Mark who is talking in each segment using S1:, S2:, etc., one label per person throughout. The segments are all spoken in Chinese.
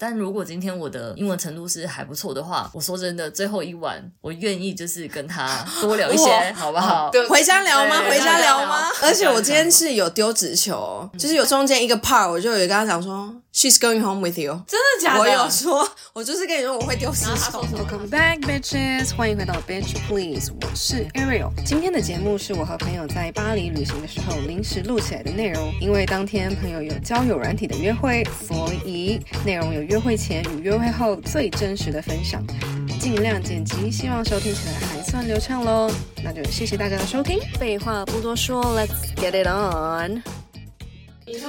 S1: 但如果今天我的英文程度是还不错的话，我说真的，最后一晚我愿意就是跟他多聊一些，
S2: 哇
S1: 好不好？
S3: 对
S2: 哦回家聊吗？
S1: 对
S2: 回家聊吗
S1: 回？
S2: 而且我今天是有丢纸球，就是有中间一个 part，我就有跟他讲说，She's going home with you。
S3: 真的假的？
S2: 我有说， 我就是跟你说我会丢纸球。
S4: Welcome back, bitches！欢迎回到 Bitch Please，我是 Ariel。今天的节目是我和朋友在巴黎旅行的时候临时录起来的内容，因为当天朋友有交友软体的约会，所以内容有约会前与约会后最真实的分享，尽量剪辑，希望收听起来还算流畅喽。那就谢谢大家的收听，废话不多说，Let's get it on！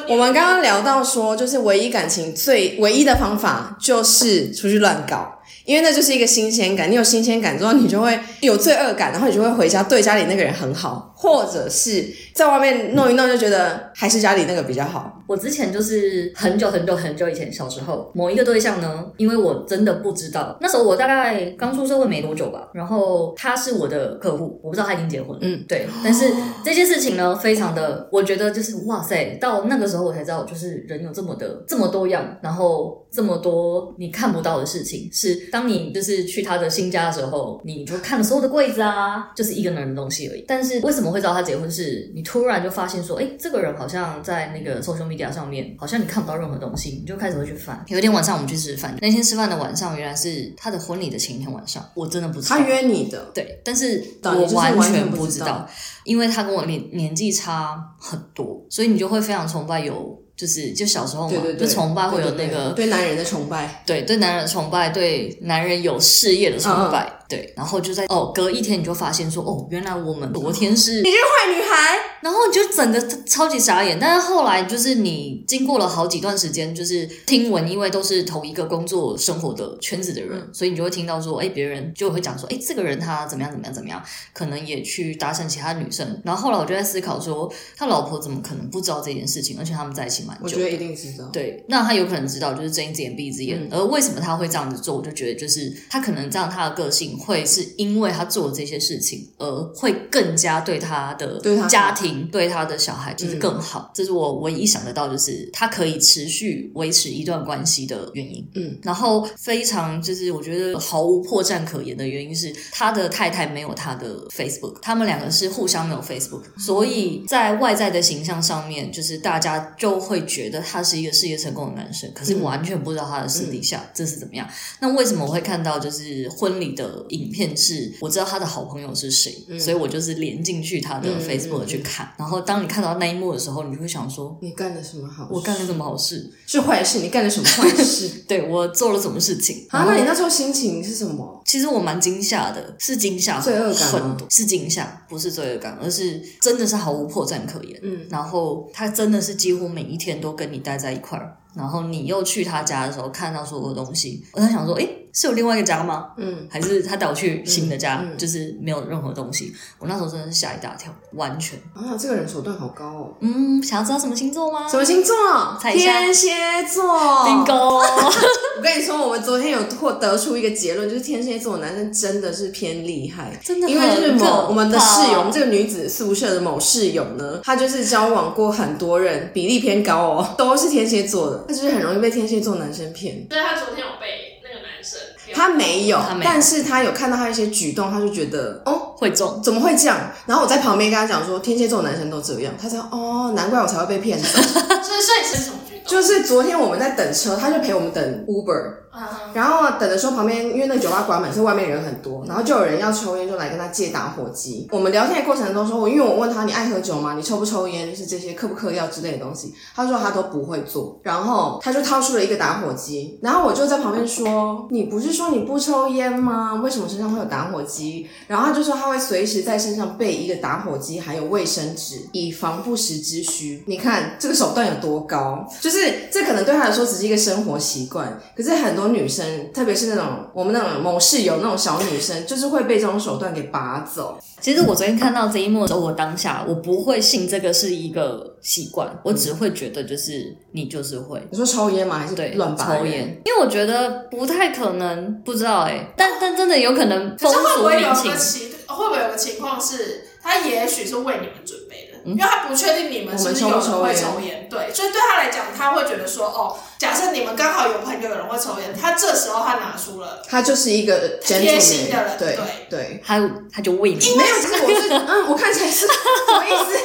S2: 我们刚刚聊到说，就是唯一感情最唯一的方法就是出去乱搞，因为那就是一个新鲜感。你有新鲜感之后，你就会有罪恶感，然后你就会回家对家里那个人很好，或者是在外面弄一弄就觉得还是家里那个比较好。
S1: 我之前就是很久很久很久以前，小时候某一个对象呢，因为我真的不知道，那时候我大概刚出社会没多久吧，然后他是我的客户，我不知道他已经结婚，
S2: 嗯，
S1: 对，但是这件事情呢，非常的，我觉得就是哇塞，到那个时候我才知道，就是人有这么的这么多样，然后这么多你看不到的事情，是当你就是去他的新家的时候，你就看了所有的柜子啊，就是一个人的东西而已。但是为什么会知道他结婚是你突然就发现说，哎，这个人好像在那个 social media 上面，好像你看不到任何东西，你就开始会去翻。有一天晚上我们去吃饭，那天吃饭的晚上原来是他的婚礼的前一天晚上，我真的不知道
S2: 他。约你的，
S1: 对，但是
S2: 对就
S1: 我
S2: 是
S1: 完
S2: 完全
S1: 全
S2: 不
S1: 不
S2: 知
S1: 知
S2: 道
S1: 道，因为他跟我年年纪差很多，所以你就会非常崇拜有，就是就小时候嘛，
S2: 对对对，
S1: 就崇拜会有
S2: 对
S1: 那
S2: 对
S1: 个
S2: 对对男人的崇拜，
S1: 对对男人的崇拜，对男人有事业的崇
S2: 嗯
S1: 拜，对，然后就在哦，隔一天你就发现说，哦，原来我们昨天是
S2: 嗯你这个坏女孩。
S1: 然后你就整个超级傻眼。但是后来就是你经过了好几段时间，就是听闻，因为都是同一个工作生活的圈子的人，
S2: 嗯
S1: 所以你就会听到说，哎，别人就会讲说，哎，这个人他怎么样怎么样怎么样，可能也去搭讪其他女生。然后后来我就在思考说，他老婆怎么可能不知道这件事情？而且他们在一起蛮久的，
S2: 我觉得一定知道，
S1: 对，那他有可能知道，就是睁一只眼闭一只
S2: 嗯
S1: 眼。而为什么他会这样子做，我就觉得就是他可能这样，他的个性会是因为他做了这些事情，而会更加对他的
S2: 对他好嗯
S1: 家庭、对他的小孩就是更好。这是我唯一想得到，就是他可以持续维持一段关系的原因。
S2: 嗯，
S1: 然后非常就是我觉得毫无破绽可言的原因是，他的太太没有他的 Facebook，他们两个是互相没有 Facebook，所
S2: 嗯
S1: 以在外在的形象上面，就是大家就会觉得他是一个事业成功的男生，可是
S2: 嗯
S1: 完全不知道他的私底下、这是怎么样。那为什么我会看到就是婚礼的影片是，我知道他的好朋友是谁，所以我就是连进去他的
S2: 嗯嗯嗯
S1: Facebook 去看，然后当你看到那一幕的时候，你就会想说。
S2: 你干了什么好事？
S1: 我干了什么好事？
S2: 是坏事，你干了什么坏事？
S1: 对我做了什么事情？
S2: 啊，那你那时候心情是什么？
S1: 其实我蛮惊吓的，是惊吓，
S2: 罪恶感吗
S1: 很多，是惊吓，不是罪恶感，而是真的是毫无破绽可言。
S2: 嗯，
S1: 然后他真的是几乎每一天都跟你待在一块儿，然后你又去他家的时候看到所有东西，我在想说，诶，是有另外一个家吗？
S2: 嗯，
S1: 还是他带我去新的家，
S2: 嗯嗯
S1: 就是没有任何东西？我那时候真的是吓一大跳，完全。
S2: 啊，这个人手段好高哦。
S1: 嗯，想要知道什么星座吗？
S2: 什么星座？
S1: 哦猜一下
S2: 天蝎座。
S1: ？bingo。
S2: 我跟你说，我们昨天有获得出一个结论，就是天蝎座男生真的是偏厉害，
S1: 真的
S2: 因为就是
S1: 很可
S2: 某
S1: 怕
S2: 我们的室友，我们这个女子宿舍的某室友呢，她就是交往过很多人，比例偏高哦，都是天蝎座的，她就是很容易被天蝎座男生骗。
S3: 对他昨天有被那个男生撩，
S2: 她没有，
S1: 她没有
S2: 但是她有看到她一些举动，她就觉得哦。
S1: 会中，
S2: 怎么会这样？然后我在旁边跟她讲说，天蝎座男生都这样。她说哦，难怪我才会被骗走。
S3: 所以所以是什么举动？
S2: 就是昨天我们在等车，她就陪我们等 Uber，
S3: 嗯
S2: 然后等的时候，旁边因为那个酒吧关门，所以外面人很多，然后就有人要抽烟，就来跟他借打火机。我们聊天的过程中说，我因为我问他你爱喝酒吗？你抽不抽烟？就是这些嗑不嗑药之类的东西，他说他都不会做。然后他就掏出了一个打火机，然后我就在旁边说，你不是说你不抽烟吗？为什么身上会有打火机？然后他就说他会随时在身上备一个打火机，还有卫生纸，以防不时之需。你看这个手段有多高？就是这可能对他来说只是一个生活习惯，可是很多女生，特别是那种我们那种某室友那种小女生，就是会被这种手段给拔走。
S1: 其实我昨天看到这一幕的时候，我当下我不会信这个是一个习惯，
S3: 嗯
S1: 我只会觉得就是你就是会。
S2: 你说抽烟吗？还是
S1: 对，
S2: 乱拔
S1: 抽
S2: 人？
S1: 烟，因为我觉得不太可能，不知道哎、但但真的有可能风
S3: 可是会不
S1: 俗
S3: 会
S1: 民
S3: 有
S1: 情
S3: 个，情，会不会有个情况是，他也许是为你们准备的，因为他不确定你们是不是有人
S2: 嗯我们
S3: 会
S2: 抽不抽
S3: 抽烟，对，所以对他来讲，他会觉得说，哦，假设你们刚好有朋友有人会抽烟，他这时候他拿出了，
S2: 他就是一个
S3: 贴心
S2: gentleman，
S3: 的人
S2: 对
S3: 对
S2: 对，
S1: 他他就喂你，
S2: 没有，其实我 是，嗯，我看起来是什么意思？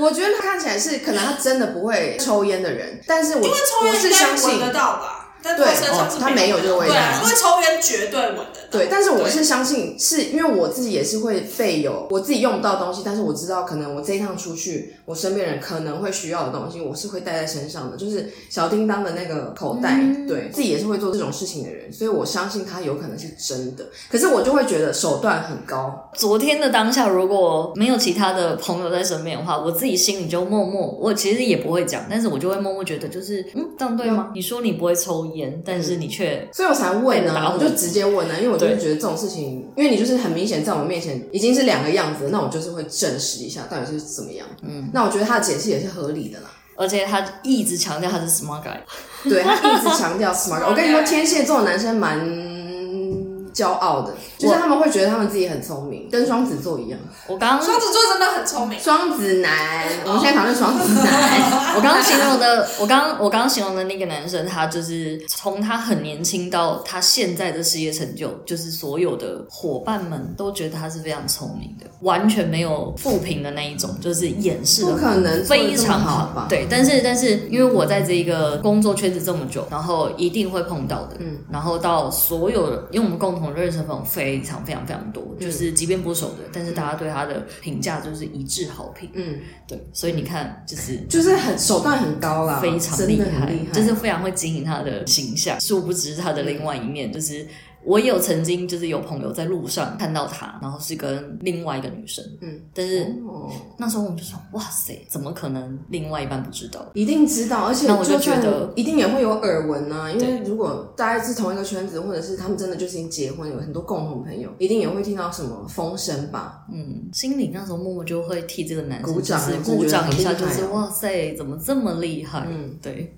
S2: 我觉得他看起来是可能他真的不会抽烟的人，但是我
S3: 因为抽
S2: 我
S3: 烟
S2: 是
S3: 应该
S2: 相
S3: 闻
S2: 信
S3: 得到吧，但
S2: 对
S3: 他身上
S2: 哦
S3: 是
S2: 他没有这个味
S3: 对啊
S2: 道，
S3: 因为抽烟绝对闻得到，
S2: 对，但是我是相信，是因为我自己也是会备有我自己用不到的东西，但是我知道可能我这一趟出去，我身边人可能会需要的东西，我是会带在身上的，就是小叮当的那个口袋，
S1: 嗯
S2: 对自己也是会做这种事情的人，所以我相信他有可能是真的，可是我就会觉得手段很高，
S1: 昨天的当下，如果没有其他的朋友在身边的话，我自己心里就默默，我其实也不会讲，但是我就会默默觉得，就是嗯，这样对
S3: 啊
S1: 吗？你说你不会抽烟，但是你
S3: 嗯
S1: 却
S2: 所以我才问
S1: 被打
S2: 呢，
S1: 我
S2: 我就直接问呢，啊因为我就是
S1: 对
S2: 觉得这种事情，因为你就是很明显在我面前已经是两个样子，那我就是会证实一下到底是怎么样，嗯，那我觉得他的解释也是合理的啦。
S1: 而且他一直强调他是 smart guy，
S2: 对他一直强调 smart。
S3: Smart
S2: 我跟你说，
S3: guy
S2: 天蝎座的男生蛮骄傲的，就是他们会觉得他们自己很聪明，跟双子座一样。
S1: 我刚
S3: 双子座真的很聪明，
S2: 双子男，我们现在讨论双子男。
S1: 我刚刚形容的，我刚我刚刚形容的那个男生，他就是从他很年轻到他现在的事业成就，就是所有的伙伴们都觉得他是非常聪明的，完全没有负评的那一种，就是掩饰的
S2: 不可能做得
S1: 非
S2: 这么
S1: 常
S2: 好吧
S1: 对，但是但是因为我在这一个工作圈子这么久，然后一定会碰到的，嗯，然后到所有的，因为我们共同认识的朋友非常非常非常多，
S2: 嗯
S1: 就是即便不熟的，但是大家对他的评价就是一致好评，
S2: 嗯，
S1: 对，所以你看就是。
S2: 就是很手段很高啦，
S1: 非常
S2: 啊真
S1: 厉
S2: 的很厉害，
S1: 就是非常会经营他的形象。殊不知他的另外一面，就是我也有曾经就是有朋友在路上看到他，然后是跟另外一个女生，
S2: 嗯，
S1: 但是
S2: 哦，
S1: 那时候我们就说，哇塞，怎么可能另外一半不知道？
S2: 一定知道，而且
S1: 那我就
S2: 就算
S1: 觉得
S2: 一定也会有耳闻啊，因为如果大家是同一个圈子，或者是他们真的就是已经结婚，有很多共同朋友，一定也会听到什么风声吧？
S1: 嗯，心里那时候默默就会替这个男生
S2: 鼓掌
S1: 就是
S2: 真的觉得
S1: 鼓掌一下，
S2: 很厉
S1: 就
S2: 害
S1: 是
S2: 啊
S1: 哇塞，怎么这么厉害？
S2: 嗯，
S1: 对，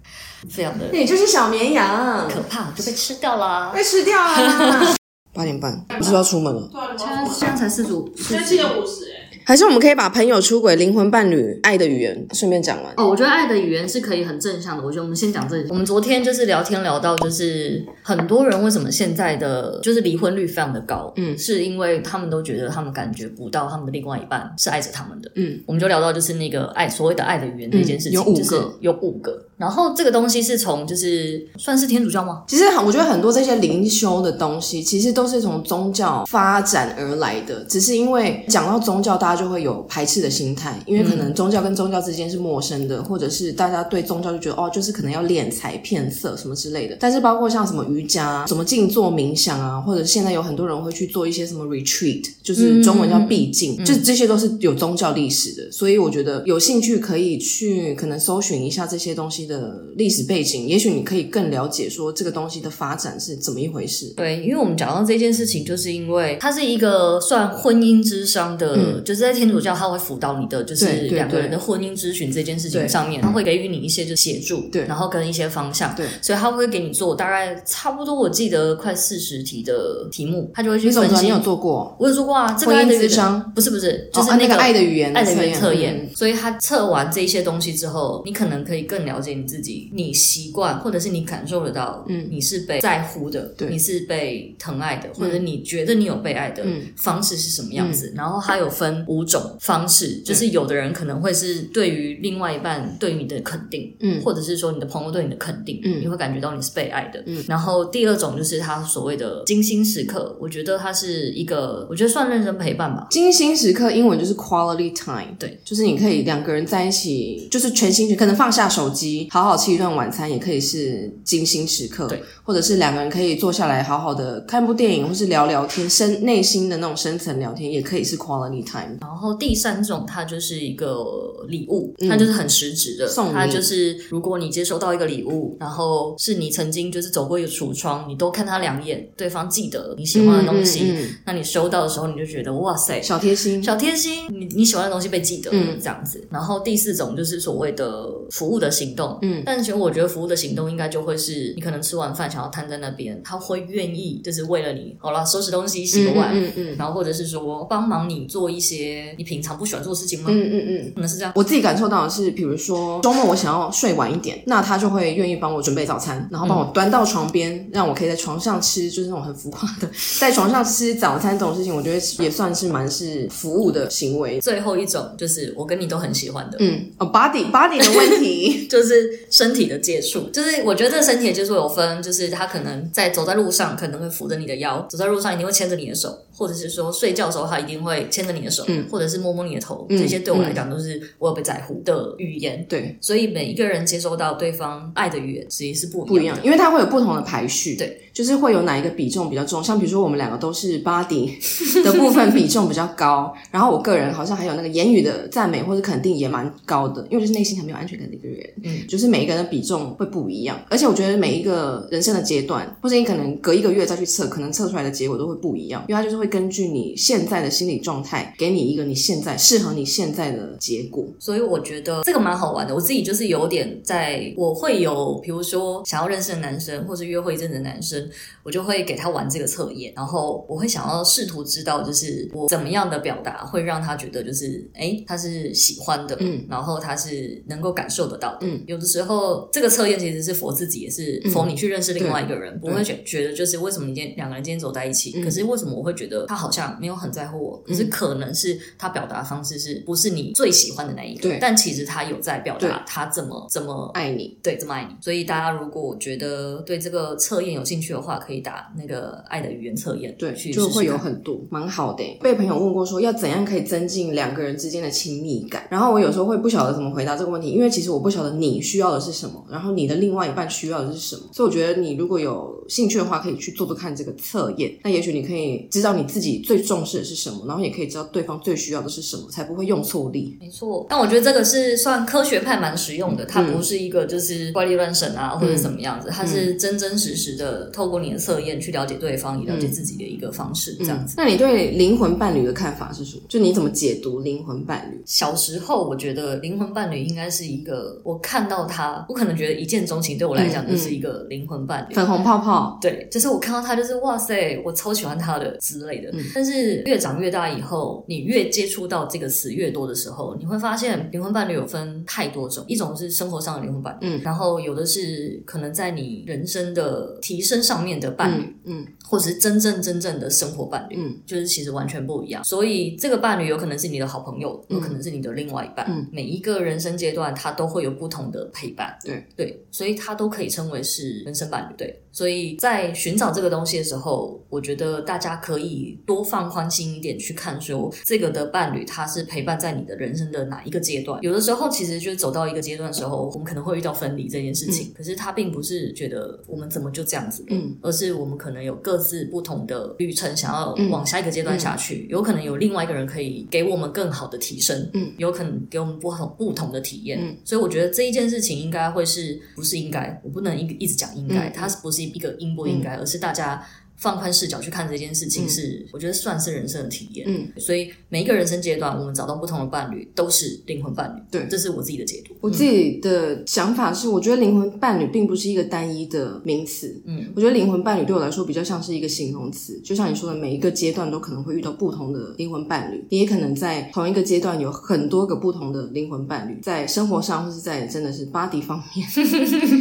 S1: 非常的
S2: 那你就是小绵羊，
S1: 可怕，就被吃掉啦。
S2: 被吃掉啊啦。 八点半，你是不是要出门了？
S3: 对啊，你
S1: 现在
S3: 们
S1: 现在才四组，
S3: 现在七点五十，哎，
S2: 还是我们可以把朋友出轨、灵魂伴侣、爱的语言顺便讲完。
S1: 哦，我觉得爱的语言是可以很正向的。我觉得我们先讲这里。我们昨天就是聊天聊到，就是很多人为什么现在的就是离婚率非常的高，
S2: 嗯
S1: 是因为他们都觉得他们感觉不到他们的另外一半是爱着他们的，
S2: 嗯，
S1: 我们就聊到就是那个爱所谓的爱的语言这件事情，
S2: 嗯有五个
S1: 就是有五个。然后这个东西是从就是算是天主教吗？
S2: 其实很，我觉得很多这些灵修的东西，其实都是从宗教发展而来的。只是因为讲到宗教，大家就会有排斥的心态，因为可能宗教跟宗教之间是陌生的，或者是大家对宗教就觉得哦，就是可能要敛财骗色什么之类的。但是包括像什么瑜伽、什么静坐冥想啊，或者现在有很多人会去做一些什么 retreat，就是中
S1: 嗯
S2: 文叫闭境，就这些都是有宗教历史的。所以我觉得有兴趣可以去可能搜寻一下这些东西的历史背景，也许你可以更了解说这个东西的发展是怎么一回事。
S1: 对，因为我们讲到这件事情，就是因为它是一个算婚姻之商的，就是在天主教，他会辅导你的，就是
S2: 嗯对对
S1: 两个
S2: 对
S1: 人的婚姻咨询这件事
S2: 对
S1: 情上面，他会给予你一些就协助，
S2: 对
S1: 然后跟一些方向，
S2: 对
S1: 所以他会给你做大概差不多，我记得快四十题的题目，他就会去
S2: 你怎么
S1: 分
S2: 知道
S1: 析。
S2: 你有做过？
S1: 我有说过啊，这个
S2: 婚姻
S1: 爱的
S2: 咨
S1: 语
S2: 商
S1: 言不是不是，就是
S2: 哦那
S1: 个
S2: 爱的语言
S1: 爱的语言测
S2: 嗯
S1: 验。所以他测完这些东西之后，你可能可以更了解你自己，你习惯或者是你感受得到，嗯，你是被在乎的，
S2: 对
S1: 你是被疼爱的，或者你觉得你有被爱的方式是什么样
S2: 嗯
S1: 子。然后它有分五种方式，就是有的人可能会是对于另外一半对你的肯定，
S2: 嗯
S1: 或者是说你的朋友对你的肯定，
S2: 嗯
S1: 你会感觉到你是被爱的，
S2: 嗯
S1: 然后第二种就是他所谓的精心时刻，我觉得它是一个，我觉得算认真陪伴吧，
S2: 精心时刻，英文就是 quality time，
S1: 对，
S2: 就是你可以两个人在一起，就是全心全，可能放下手机，好好吃一顿晚餐，也可以是精心时刻，
S1: 对，
S2: 或者是两个人可以坐下来好好的看部电影，或是聊聊天，深内心的那种深层聊天，也可以是 quality time，
S1: 然后第三种，它就是一个礼物，它就是很实质的。
S2: 嗯送礼
S1: 它就是如果你接收到一个礼物，然后是你曾经就是走过一个橱窗，你多看他两眼，对方记得你喜欢的东西，
S2: 嗯嗯嗯
S1: 那你收到的时候你就觉得哇塞。
S2: 小贴心，
S1: 小贴心，你你喜欢的东西被记得，
S2: 嗯
S1: 这样子。然后第四种就是所谓的服务的行动，动，
S4: 嗯
S1: 但其实我觉得服务的行动应该就会是你可能吃完饭想要瘫在那边，他会愿意就是为了你，好啦，收拾东西、洗个碗，
S4: 嗯嗯
S1: 然后或者是说帮忙你做一些你平常不喜欢做的事情吗？
S4: 嗯嗯嗯，
S1: 可能是这样。
S2: 我自己感受到的是，比如说周末我想要睡晚一点，那他就会愿意帮我准备早餐，然后帮我端到床边，让我可以在床上吃，就是那种很浮夸的，在床上吃早餐这种事情，我觉得也算是蛮是服务的行为。
S1: 最后一种就是我跟你都很喜欢的，
S2: 嗯，哦，body body 的 问题，
S1: 就是身体的接触，就是我觉得这身体的接触有分，就是他可能在走在路上可能会扶着你的腰，走在路上一定会牵着你的手，或者是说睡觉的时候他一定会牵着你的手，
S2: 嗯
S1: 或者是摸摸你的头，
S2: 嗯
S1: 这些对我来讲都是我有被在乎的语言。
S2: 对，
S1: 所以每一个人接收到对方爱的语言，其实是不
S2: 不一
S1: 一
S2: 样
S1: 样的。，
S2: 因为它会有不同的排序，
S1: 对，
S2: 就是会有哪一个比重比较重，像比如说我们两个都是 body 的部分比重比较高，然后我个人好像还有那个言语的赞美或者肯定也蛮高的，因为我就是内心很没有安全感的一个人，
S1: 嗯，
S2: 就是每一个人的比重会不一样，而且我觉得每一个人生的阶段，或者你可能隔一个月再去测，可能测出来的结果都会不一样，因为它就是会根据你现在的心理状态，给你一个你现在适合你现在的结果，
S1: 所以我觉得这个蛮好玩的。我自己就是有点在，我会有，比如说想要认识的男生，或是约会一阵子的男生，我就会给他玩这个测验，然后我会想要试图知道，就是我怎么样的表达会让他觉得就是，哎，他是喜欢的，
S2: 嗯，
S1: 然后他是能够感受得到的，
S2: 嗯。
S1: 有的时候，这个测验其实是佛自己，也是
S2: 嗯
S1: 佛你去认识另外一个人，
S2: 对
S1: 我会觉觉得就是为什么你今天两个人今天走在一起，
S2: 嗯
S1: 可是为什么我会觉得他好像没有很在乎我，可是
S2: 嗯
S1: 可能是他表达方式是不是你最喜欢的那一个，
S2: 对
S1: 但其实他有在表
S2: 对
S1: 达他怎么怎么
S2: 爱你，
S1: 对怎么爱你，所以大家如果觉得对这个测验有兴趣的话，可以打那个爱的语言测验，
S2: 对，
S1: 去
S2: 就
S1: 试试
S2: 会有
S1: 看
S2: 很多蛮好的欸。被朋友问过说要怎样可以增进两个人之间的亲密感，然后我有时候会不晓得怎么回答这个问题，因为其实我不晓得你需要的是什么，然后你的另外一半需要的是什么，所以我觉得你如果有兴趣的话，可以去做做看这个测验，那也许你可以知道你自己最重视的是什么，然后也可以知道对方最需要的是什么，才不会用错力。
S1: 没错，但我觉得这个是算科学派蛮实用的，它
S2: 嗯
S1: 不是一个就是怪力乱神啊、或者怎么样子，它是真真实实的透过你的测验去了解对方，也了解
S2: 嗯
S1: 自己的一个方式，这样子。
S2: 那你对灵魂伴侣的看法是什么？就你怎么解读灵魂伴侣？
S1: 小时候，我觉得灵魂伴侣应该是一个，我看到他，我可能觉得一见钟情，对我来讲
S2: 嗯
S1: 就是一个灵魂伴侣。
S2: 粉红泡泡，
S1: 对，就是我看到他，就是哇塞，我超喜欢他的之类的。
S2: 嗯
S1: 但是越长越大以后，你越接触到这个词越多的时候，你会发现灵魂伴侣有分太多种，一种是生活上的灵魂伴侣，
S2: 嗯
S1: 然后有的是可能在你人生的提升上面的伴侣，
S2: 嗯嗯
S1: 或者是真正真正的生活伴侣，
S2: 嗯
S1: 就是其实完全不一样。所以这个伴侣有可能是你的好朋友，
S2: 嗯
S1: 有可能是你的另外一半。
S2: 嗯
S1: 每一个人生阶段，他都会有不同的陪伴。
S2: 对
S1: 对，所以他都可以称为是人生伴侣。对，所以在寻找这个东西的时候，我觉得大家可以多放宽心一点去看说，这个的伴侣他是陪伴在你的人生的哪一个阶段。有的时候其实就是走到一个阶段的时候，我们可能会遇到分离这件事情，可是他并不是觉得我们怎么就这样子了，
S2: 嗯
S1: 而是我们可能有各自不同的旅程，想要
S2: 嗯
S1: 往下一个阶段下去，有可能有另外一个人可以给我们更好的提升，
S2: 嗯，
S1: 有可能给我们不同不同的体验，
S2: 嗯，
S1: 所以我觉得这一件事情应该会是不是应该，我不能一一直讲应该，
S2: 嗯
S1: 它是不是一个应不应该，而是大家。放宽视角去看这件事情
S2: 嗯
S1: 是，我觉得算是人生的体验。
S2: 嗯，
S1: 所以每一个人生阶段，我们找到不同的伴侣都是灵魂伴侣。
S2: 对
S1: 这是我自己的解读。
S2: 我自己的想法是，我觉得灵魂伴侣并不是一个单一的名词。
S1: 嗯，
S2: 我觉得灵魂伴侣对我来说比较像是一个形容词，就像你说的，每一个阶段都可能会遇到不同的灵魂伴侣，你也可能在同一个阶段有很多个不同的灵魂伴侣，在生活上或是在真的是 body 方面，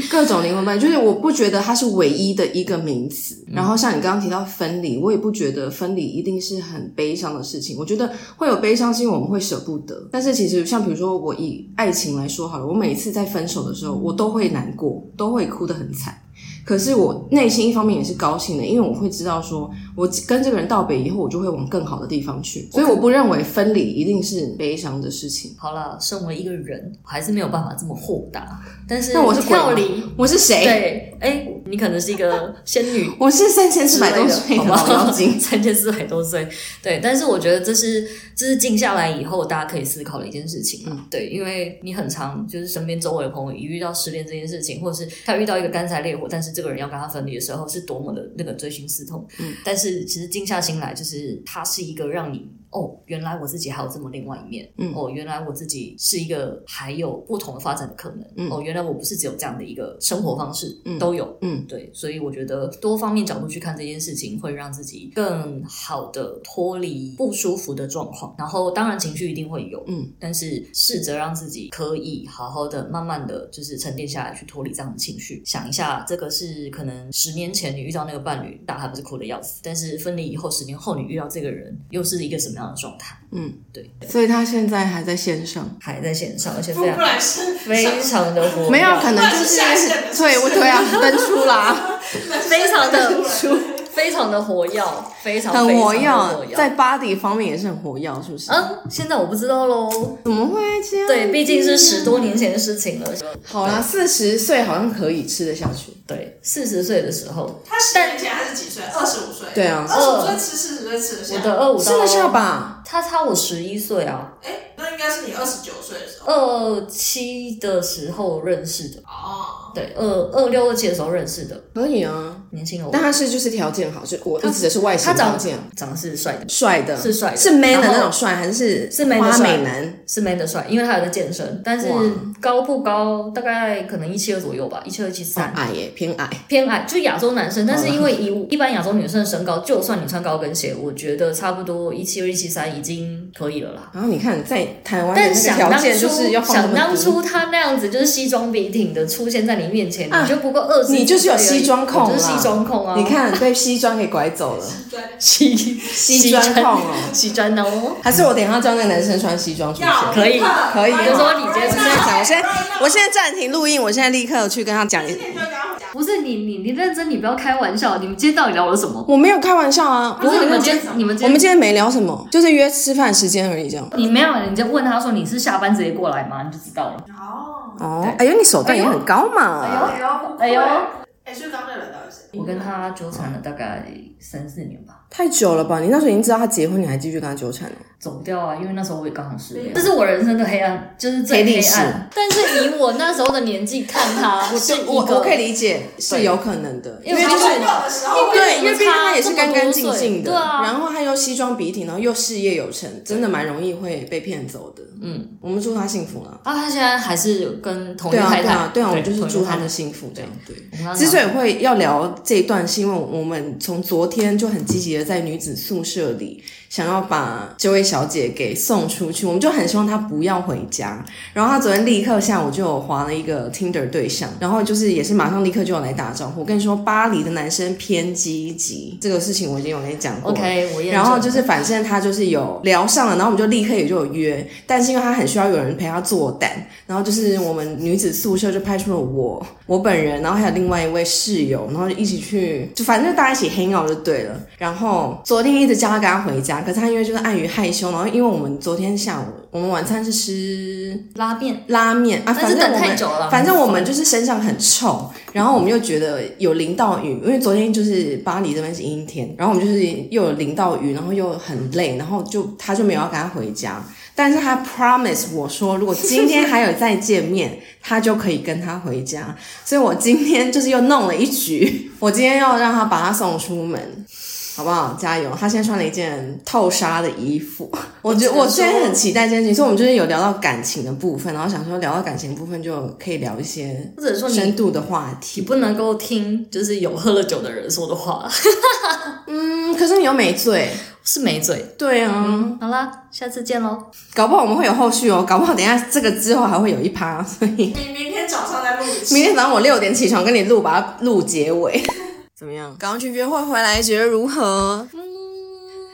S2: 各种灵魂伴侣，就是我不觉得它是唯一的一个名词。然后像你刚刚提到分离，我也不觉得分离一定是很悲伤的事情。我觉得会有悲伤是因为我们会舍不得，但是其实像比如说我以爱情来说好了，我每次在分手的时候，我都会难过，都会哭得很惨。可是我内心一方面也是高兴的，因为我会知道说，我跟这个人道别以后，我就会往更好的地方去。所以我不认为分离一定是悲伤的事情。
S1: 好啦，身为一个人，我还是没有办法这么豁达。但是
S2: 那我是鬼吗
S1: 跳离，
S2: 我是谁？
S1: 对，哎，你可能是一个仙女
S2: 我是三千四百多
S1: 之
S2: 岁
S1: 类
S2: 的
S1: 的 好
S2: 老
S1: 不好。
S2: 妖精
S1: 哦三千四百多岁，对。但是我觉得这是这是静下来以后大家可以思考的一件事情嘛，
S2: 嗯
S1: 对，因为你很常就是身边周围的朋友一遇到失恋这件事情，或者是他遇到一个干柴烈火，但是这个人要跟他分离的时候，是多么的那个锥心刺痛。
S2: 嗯，
S1: 但是其实静下心来，就是它是一个让你。哦，原来我自己还有这么另外一面，
S2: 嗯
S1: 哦，原来我自己是一个还有不同的发展的可能，
S2: 嗯
S1: 哦，原来我不是只有这样的一个生活方式，
S2: 嗯
S1: 都有，
S2: 嗯
S1: 对，所以我觉得多方面角度去看这件事情，会让自己更好的脱离不舒服的状况。然后，当然情绪一定会有，
S2: 嗯，
S1: 但是试着让自己可以好好的、慢慢的就是沉淀下来，去脱离这样的情绪。想一下，这个是可能十年前你遇到那个伴侣，大家还不是哭的要死，但是分离以后，十年后你遇到这个人，又是一个什么样的状态？
S2: 嗯，
S1: 对，
S2: 所以他现在还在线上。
S1: 还在线上，而且
S3: 不
S1: 非常
S3: 然是
S1: 非常的活跃，
S2: 没有，可能就
S3: 那是下线的是不
S2: 对，
S3: 是
S2: 我对啊， 登出啦，
S1: 非常的
S3: 出
S1: 非常的活跃，非常非常
S2: 很
S1: 地
S2: 活
S1: 活
S2: 跃，
S1: 跃，
S2: 在 body 方面也是很活跃，是不是？
S1: 嗯，现在我不知道喽。
S2: 怎么会这样？
S1: 对，毕竟是十多年前的事情了。
S2: 好啦，四十岁好像可以吃得下去。
S1: 对，四十岁的时候，
S3: 他十年前他是几岁？二十五岁。
S2: 对啊
S3: 二十五岁吃四十岁吃得下。
S1: 我的二五
S2: 吃得下？吧？
S1: 他差我十一岁啊，
S3: 哎，那应该是你二十九岁的时候。
S1: 二七的时候认识的，
S3: 哦，
S1: 对，二二六二七的时候认识的，
S2: 可以啊，
S1: 年轻的
S2: 但
S1: 我。
S2: 他是就是条件好，就我一直的是
S1: 他
S2: 外形条
S1: 长
S2: 件，
S1: 长得是帅的，
S2: 帅的，
S1: 是帅的
S2: 是 man 的
S1: 然后
S2: 那种帅，还是
S1: 是 man 的
S2: 花
S1: 帅
S2: 美男？
S1: 是 man 的帅，因为他有在健身，但是
S2: 哇
S1: 高不高，大概可能一七二左右吧，一七二一七三，
S2: 矮耶，偏矮。
S1: 偏矮，就亚洲男生，但是
S2: 好啦
S1: 因为以一般亚洲女生的身高，就算你穿高跟鞋，我觉得差不多一七二、一七三已经可以了啦。
S2: 然后你看，在台湾的
S1: 但
S2: 那
S1: 想
S2: 个条
S1: 当
S2: 件
S1: 初，
S2: 就是要放那
S1: 想
S2: 么
S1: 当
S2: 低
S1: 初他那样子就是西装笔挺的出现在你面前，
S2: 啊
S1: 你就不过二十，
S2: 你就是有西装控啦
S1: 我就是西装控啊！
S2: 你看被西装给拐走 了，
S3: 对，
S1: 西
S2: 西装控哦。
S1: 西装哦，
S2: 还是我等一下叫那个男生穿西装出去？
S3: 要
S1: 可以
S2: 可以
S1: 比如说你今天
S2: 我现在讲，我现在我现在暂停录音，我现在立刻去跟他讲一
S3: 今。天就要跟他回家。
S1: 不是你你你认真，你不要开玩笑，你们今天到底聊了什么？
S2: 我没有开玩笑啊，
S1: 不
S2: 我
S1: 是你们今天你们
S2: 我
S1: 今天。
S2: 们今天没聊什么，就是约吃饭时间而已，这样。
S1: 你没有，你就问他说你是下班直接过来吗？你就知道了。
S3: 哦，
S2: 哦，哎呦，你手段也很高嘛。
S3: 哎呦，
S1: 哎呦，
S3: 哎，所以刚刚那个人到底是谁？
S1: 我跟他纠缠了大概三四年吧。
S2: 太久了吧？你那时候已经知道他结婚，你还继续跟他纠缠了？
S1: 走不掉啊，因为那时候我也刚好失恋，
S3: 对
S1: 这是我人生的黑暗，就是最
S2: 啊黑历
S1: 黑
S2: 史
S1: 暗。但是以我那时候的年纪看 他，是一个
S2: 我我可以理解，是有可能的，因为就是
S3: 朋友的时候，
S2: 对，因为
S1: 因为
S2: 毕竟他也是干干净
S1: 差这么多岁
S2: 净的，
S1: 对啊
S2: 然后他又西装笔挺，然后又事业有成，真的蛮容易会被骗走的。
S1: 嗯，
S2: 我们祝他幸福啦。
S1: 啊，他现在还是跟同一
S2: 对
S1: 个
S2: 啊，
S1: 太
S2: 对啊
S1: 太，，
S2: 对啊，我们就是
S1: 同一
S2: 祝
S1: 个
S2: 他
S1: 太
S2: 们
S1: 太
S2: 幸福这样。对，
S1: 我们刚刚
S2: 之
S1: 讲
S2: 所以会要聊这一段，是因为我们从昨天就很积极的在女子宿舍里，想要把这位小姐给送出去，我们就很希望她不要回家。然后她昨天立刻下午就有划了一个 Tinder 对象，然后就是也是马上立刻就有来打招呼。我跟你说，巴黎的男生偏积极，这个事情我已经有跟你讲过了。
S1: OK，我验证
S2: 然后就是，反正他就是有聊上了，然后我们就立刻也就有约，但是因为他很需要有人陪他做蛋，然后就是我们女子宿舍就派出了我，我本人，然后还有另外一位室友，然后就一起去，就反正就大家一起 hang out 就对了。然后昨天一直叫他跟他回家，可是他因为就是碍于害羞，然后因为我们昨天下午我们晚餐是吃
S1: 拉面，
S2: 拉面啊，
S1: 但
S2: 反
S1: 是
S2: 正我
S1: 等太
S2: 们
S1: 久了
S2: 反正我们就是身上很臭，然后我们又觉得有淋到雨，因为昨天就是巴黎这边是阴天，然后我们就是又有淋到雨，然后又很累，然后就他就没有要跟他回家，但是他 promise 我说，如果今天还有再见面， 他就可以跟他回家，所以我今天就是又弄了一局， 我今天要让他把他送出门。好不好？加油！他现在穿了一件透纱的衣服， 我觉得我虽然很期待这件事情，所以我们就是有聊到感情的部分，然后想说聊到感情的部分就可以聊一些
S1: 或者说你
S2: 深度的话
S1: 你
S2: 题。
S1: 不能够听就是有喝了酒的人说的话，
S2: 嗯，可是你又没醉，
S1: 是没嘴。
S2: 对啊，
S1: 好啦，下次见喽。
S2: 搞不好我们会有后续哦，搞不好等一下这个之后还会有一趴，所以
S3: 你明天早上再录一次。
S2: 明天早上我六点起床跟你录，把它录结 尾，怎么样？嗯刚刚去约会回来，觉得如何？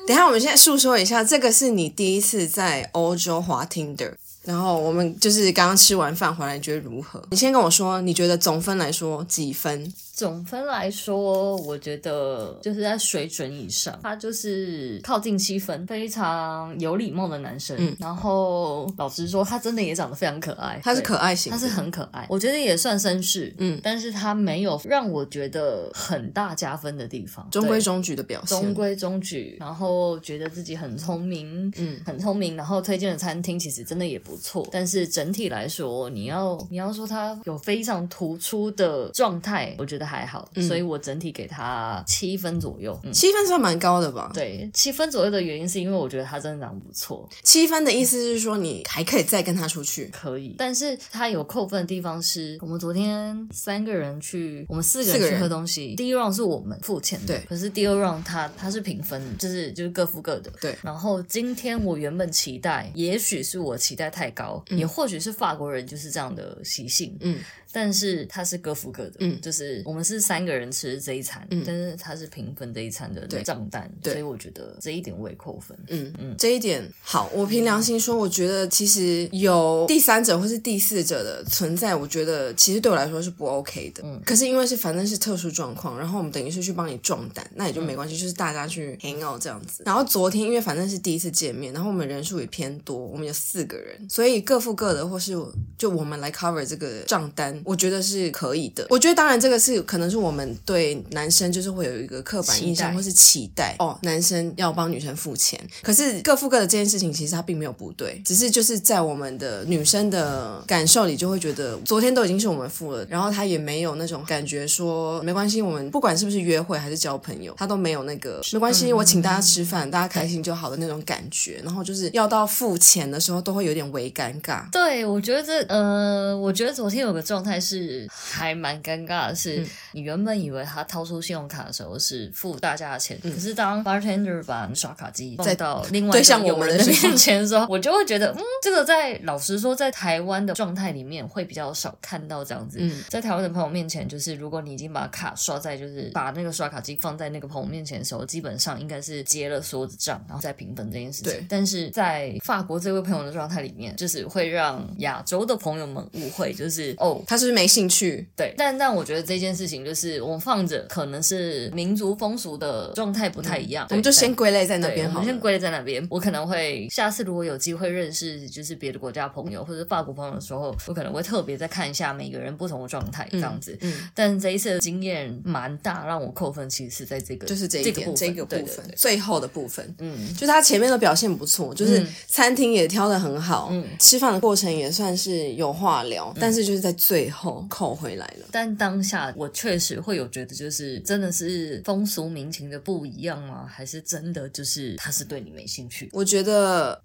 S2: 等一下，我们现在述说一下，这个是你第一次在欧洲滑 Tinder，然后我们就是刚刚吃完饭回来，觉得如何？你先跟我说，你觉得总分来说几分？
S1: 总分来说，我觉得就是在水准以上，他就是靠近七分，非常有礼貌的男生。
S2: 嗯
S1: 然后老实说，他真的也长得非常可爱，
S2: 他是
S1: 对
S2: 可爱型
S1: 他是
S2: 的，
S1: 很可爱，我觉得也算绅士，
S2: 嗯
S1: 但是他没有让我觉得很大加分的地方，
S2: 中规
S1: 对
S2: 中矩的表现。
S1: 中规中矩，然后觉得自己很聪明，
S2: 嗯
S1: 很聪明，然后推荐的餐厅其实真的也不错，但是整体来说，你要你要说他有非常突出的状态，我觉得的还好，
S2: 嗯
S1: 所以我整体给他七分左右。嗯，
S2: 七分算蛮高的吧？，
S1: 对，七分左右的原因是因为我觉得他真的长得不错，
S2: 七分的意思是说你还可以再跟他出去。
S1: 可以，但是他有扣分的地方是我们昨天三个人去，我们四个
S2: 四个
S1: 人去
S2: 人
S1: 喝东西，第一 round 是我们付钱的，
S2: 对
S1: 可是第二 round 他他是平分的，就是就是各付各的，
S2: 对
S1: 然后今天我原本期待，也许是我期待太高，也或许是法国人就是这样的习性，
S2: 嗯，
S1: 但是他是各付各的，
S2: 嗯
S1: 就是我们是三个人吃这一餐，
S2: 嗯
S1: 但是他是平分这一餐的
S2: 对
S1: 账单，
S2: 对
S1: 所以我觉得这一点我也扣分，
S2: 嗯嗯，这一点好，我凭良心说，我觉得其实有第三者或是第四者的存在，我觉得其实对我来说是不 OK 的。嗯，可是因为是反正是特殊状况，然后我们等于是去帮你壮胆，那也就没关系，就是大家去 hang out 这样子。然后昨天因为反正是第一次见面，然后我们人数也偏多，我们有四个人，所以各付各的，或是就我们来 cover 这个账单，我觉得是可以的。我觉得当然这个是可能是我们对男生就是会有一个刻板印
S1: 期
S2: 象，
S1: 待
S2: 或是期待哦，男生要帮女生付钱。可是各付各的这件事情，其实它并没有不对，只是就是在我们的女生的感受里，就会觉得昨天都已经是我们付了，然后她也没有那种感觉说没关系，我们不管是不是约会还是交朋友，她都没有那个没关
S1: 嗯
S2: 系，我请大家吃饭，大家开心就好的那种感觉。然后就是要到付钱的时候，都会有点微尴尬。
S1: 对，我觉得这呃，我觉得昨天有个状态是还蛮尴尬的是，
S2: 嗯
S1: 你原本以为他掏出信用卡的时候是付大家的钱，可是当 bartender 把刷卡机放
S2: 再
S1: 到另外
S2: 嗯对
S1: 一
S2: 向
S1: 个
S2: 我
S1: 友
S2: 们
S1: 人
S2: 的
S1: 的
S2: 时候
S1: 面前的时候，我就会觉得，嗯，这个在老实说，在台湾的状态里面会比较少看到这样子。
S2: 嗯
S1: 在台湾的朋友面前，就是如果你已经把卡刷在，就是把那个刷卡机放在那个朋友面前的时候，基本上应该是结了所有的账，然后再平分这件事情。
S2: 对
S1: 但是在法国这位朋友的状态里面，就是会让亚洲的朋友们误会，就是哦，
S2: 她是不是没兴趣？
S1: 对。但但我觉得这件事情就是我们放着，可能是民族风俗的状态不太一样，
S2: 我们就
S1: 对
S2: 先归类在那
S1: 对，
S2: 边
S1: 我
S2: 好
S1: 们
S2: 了。
S1: 先归类在那边。我可能会下次如果有机会认识就是别的国家朋友或者法国朋友的时候，我可能会特别再看一下每个人不同的状态这样子。
S2: 嗯嗯
S1: 但这一次的经验蛮大，让我扣分其实是在这个
S2: 就是这一
S1: 这
S2: 点，
S1: 部
S2: 这
S1: 分
S2: 个部
S1: 对
S2: 分，
S1: 对对
S2: 最后的部分，
S1: 嗯，
S2: 就是他前面的表现不错，就是
S1: 嗯
S2: 餐厅也挑的很好，
S1: 嗯
S2: 吃饭的过程也算是有话聊，但是就是在最后扣回来了。
S1: 但当下我确实会有觉得，就是真的是风俗民情的不一样吗？还是真的就是他是对你没兴趣？
S2: 我觉得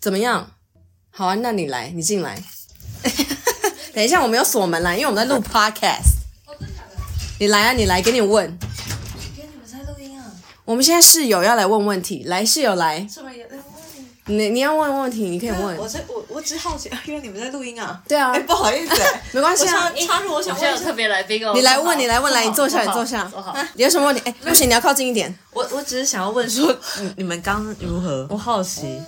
S2: 怎么样？好啊，那你来，你进来。 等一下，我没有锁门啦，因为 我们在录 podcast。你来啊，你来，给你问。
S1: 你们在录音啊？
S2: 我们现在室友要来问问题，来室友来，
S3: 什么也在问你？
S2: 你你要问问题，你可以问
S3: 我。在我我只好奇，因为你们在录音啊。
S2: 对啊
S3: 哎、，不好意思、哎
S2: 没关
S3: 我
S2: 系啊
S3: 插。插入，我
S1: 我
S3: 想
S1: 现在
S3: 问
S1: 有
S3: 一
S1: 特
S3: 下，
S1: 别来宾哦，
S2: 你来
S1: 坐好
S2: 问，你来问，来，你坐下，你
S1: 好
S2: 坐下
S1: 坐好。
S2: 啊你有什么问题？哎，不行，你要靠近一点。
S3: 我我只是想要问说， 你你们刚如何？我好奇。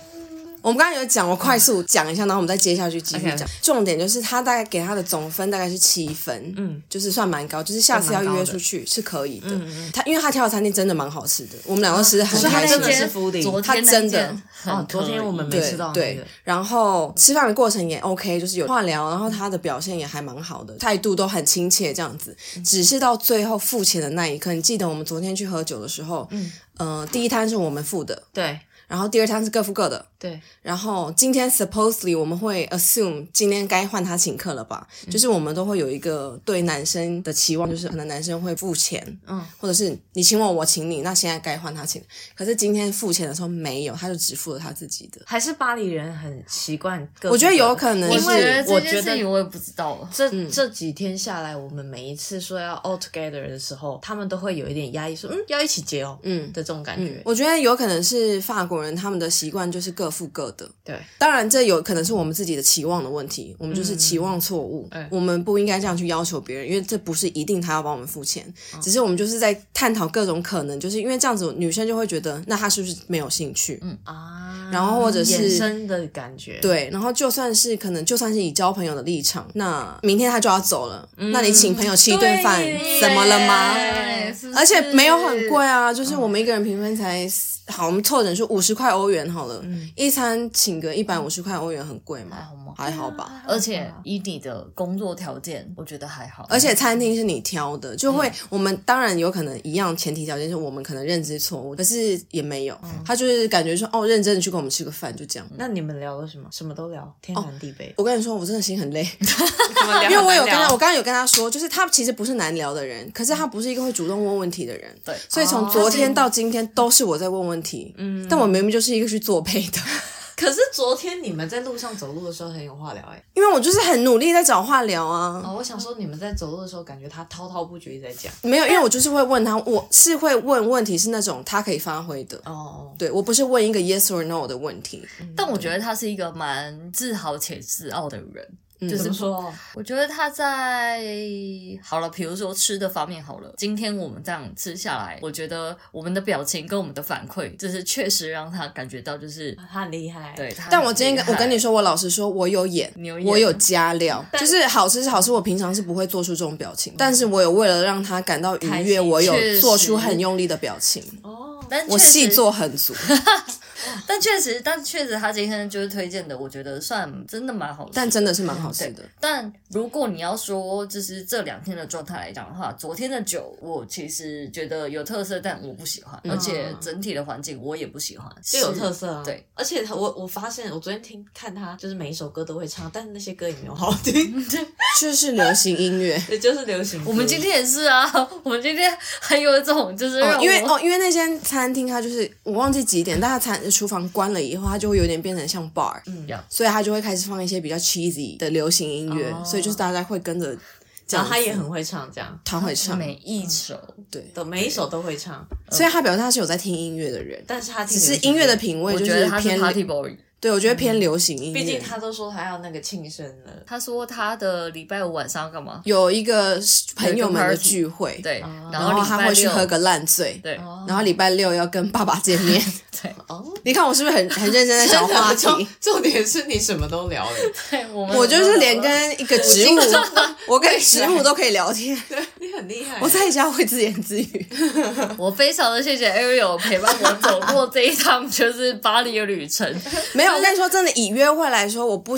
S2: 我们刚刚有讲，我快速讲一下，然后我们再接下去继续
S3: OK
S2: 讲。重点就是他大概给他的总分大概是七分，嗯，就是算蛮高，就是下次要
S3: 算蛮高
S2: 约
S3: 的
S2: 出去是可以的。
S3: 嗯
S2: 他因为他挑的餐厅真的蛮好吃的，我们两个吃的很
S3: 所以他
S2: 开
S3: 那
S2: 心
S3: 间。嗯真的是福利
S1: 昨
S2: 他
S1: 天那
S2: 真的
S1: 间很
S3: 哦昨天
S1: 可以
S3: 我们没
S2: 对
S3: 吃到那个
S2: 对，然后吃饭的过程也 OK，就是有话聊，然后他的表现也还蛮好的，态度都很亲切这样子。
S3: 嗯
S2: 只是到最后付钱的那一刻，你记得我们昨天去喝酒的时候，嗯，呃，第一摊是我们付的，
S3: 对
S2: 然后第二摊是各付各的，
S3: 对，
S2: 然后今天 supposedly 我们会 assume 今天该换他请客了吧？就是我们都会有一个对男生的期望，就是可能男生会付钱，
S3: 嗯，
S2: 或者是你请我，我请你，那现在该换他请。可是今天付钱的时候没有，他就只付了他自己的。
S3: 还是巴黎人很习惯各自的。
S2: 我觉得有可能
S1: 我
S2: 是，
S1: 觉得
S3: 我
S1: 这
S3: 觉
S1: 件
S3: 得
S1: 事情我也不知道。嗯
S3: 这、这几天下来，我们每一次说要 all together 的时候，他们都会有一点压抑，说嗯要一起结哦，
S2: 嗯
S3: 嗯的这种感
S2: 嗯
S3: 觉。，
S2: 我觉得有可能是法国人他们的习惯就是各付各的。
S3: 对，
S2: 当然，这有可能是我们自己的期望的问题，我们就是期望错误，
S3: 哎
S2: 我们不应该这样去要求别人，因为这不是一定他要帮我们付钱，
S3: 嗯
S2: 只是我们就是在探讨各种可能，就是因为这样子，女生就会觉得，那他是不是没有兴趣？
S1: 嗯
S3: 啊，
S2: 然后或者
S3: 衍
S2: 是
S3: 生的感觉。
S2: 对，然后就算是可能，就算是以交朋友的立场，那
S3: 嗯
S2: 明天他就要走了，那你请朋友吃一顿饭，怎么了吗？
S1: 哎对是不是
S5: 嗯
S2: 而且没有很贵啊，就是我们一个人平分才好，我们凑整数五十块欧元好了，
S5: 嗯
S2: 一餐请个一百五十块欧元很贵
S5: 还
S2: 吗？
S5: 好吗？
S2: 还好吧。
S5: 而且以你的工作条件，我觉得还好。
S2: 而且餐厅是你挑
S5: 嗯
S2: 的，就会、我们当然有可能一样，前提条件是我们可能认知错误，可是也没有，他就是感觉说哦，认真的去跟我们吃个饭，就这样。
S5: 嗯
S2: 哦
S5: 那你们聊了什么？什么都聊，天南地北。
S2: 我跟你说，我真的心 很累，
S5: 因
S2: 因为我有跟他，我刚刚有跟他说，就是他其实不是难聊的人，可是他不是一个会主动问问题的人，
S1: 对啊
S2: 所以从昨天到今天都是我在问问
S1: 哦
S2: 题，嗯，但我明明就是一个去作配的，
S5: 可是昨天你们在路上走路的时候很有话聊哎、
S2: 因为我就是很努力在找话聊啊，
S5: 哦，我想说你们在走路的时候，感觉他滔滔不绝一直在讲。
S2: 没有，因为我就是会问他，我是会问问题是那种他可以发挥的，
S5: 哦，
S2: 对我不是问一个 yes or no 的问题，
S5: 嗯
S1: 但我觉得他是一个蛮自豪且自傲的人。就
S5: 嗯怎
S1: 是
S5: 么说？
S1: 我觉得他在好了，比如说吃的方面好了，今天我们这样吃下来，我觉得我们的表情跟我们的反馈，就是确实让他感觉到就是
S5: 他很厉害。
S1: 对。他很
S2: 但我今天跟
S1: 厉
S2: 我
S1: 害
S2: 跟你说，我老实说，我有演
S1: 你有，演
S2: 我有加料，就是好吃是好吃，我平常是不会做出这种表情，但是我有为了让他感到愉悦，我有
S1: 哦确实
S2: 做出很用力的表情，
S5: 哦
S1: 但
S2: 我
S1: 确实
S2: 戏做很足。
S1: 但确实，但确实他今天就是推荐的，我觉得算真的蛮好吃。
S2: 但真的是蛮好 吃的。
S1: 但如果你要说就是这两天的状态来讲的话，昨天的酒我其实觉得有特色，但我不喜欢，而且整体的环境我也不喜欢，
S5: 就有特色啊，
S1: 对，
S5: 而且他我我发现我昨天听看他，就是每一首歌都会唱，但是那些歌也没有好 听，。
S2: 就是流行音乐
S5: 也就是流行歌。
S1: 我们今天也是啊，我们今天还有一种就是让
S2: 哦
S1: 我、，
S2: 因为哦，因为那间餐厅它就是我忘记几点，但它餐厨房关了以后，它就会有点变成像 bar，嗯
S1: Yeah
S2: 所以它就会开始放一些比较 cheesy 的流行音乐，
S5: 哦
S2: 所以就是大家会跟着这样
S5: 然后
S2: 子。
S5: 他也很会唱，这样
S2: 他会唱，
S1: 每一首，
S2: 对，
S5: 的每一首都会唱，
S2: 所以他表示他是有在听音乐的人，
S5: 但是他
S2: 只
S5: 只
S2: 是音乐的品味
S1: 我
S2: 就
S1: 觉得他是
S2: 偏
S1: party boy。
S2: 对，我觉得偏流行音乐。
S5: 毕竟他都说他要那个庆生 了，
S1: 他说他的礼拜五晚上要干嘛？
S2: 有一个朋友们的
S1: party
S2: 聚会，
S1: 对，哦然
S2: 然后
S1: 礼
S2: 他
S1: 拜
S2: 会去
S1: 六
S2: 喝个烂醉，
S1: 对
S2: 然后礼拜六要跟爸爸见面。哦
S1: 对
S2: 你看我是不是很很认真在找话
S5: 重
S2: 题？
S5: 重点是你什么都聊了，
S1: 对，我们
S2: 我就是连跟一个植物， 我跟植物都可以聊天。
S5: 你很厉害。啊
S2: 我在家会自言自语，
S1: 我非常的谢谢 Ariel 陪伴我走过这一趟就是巴黎的旅程。
S2: 没有。我跟你说，真的，以约会来说，我不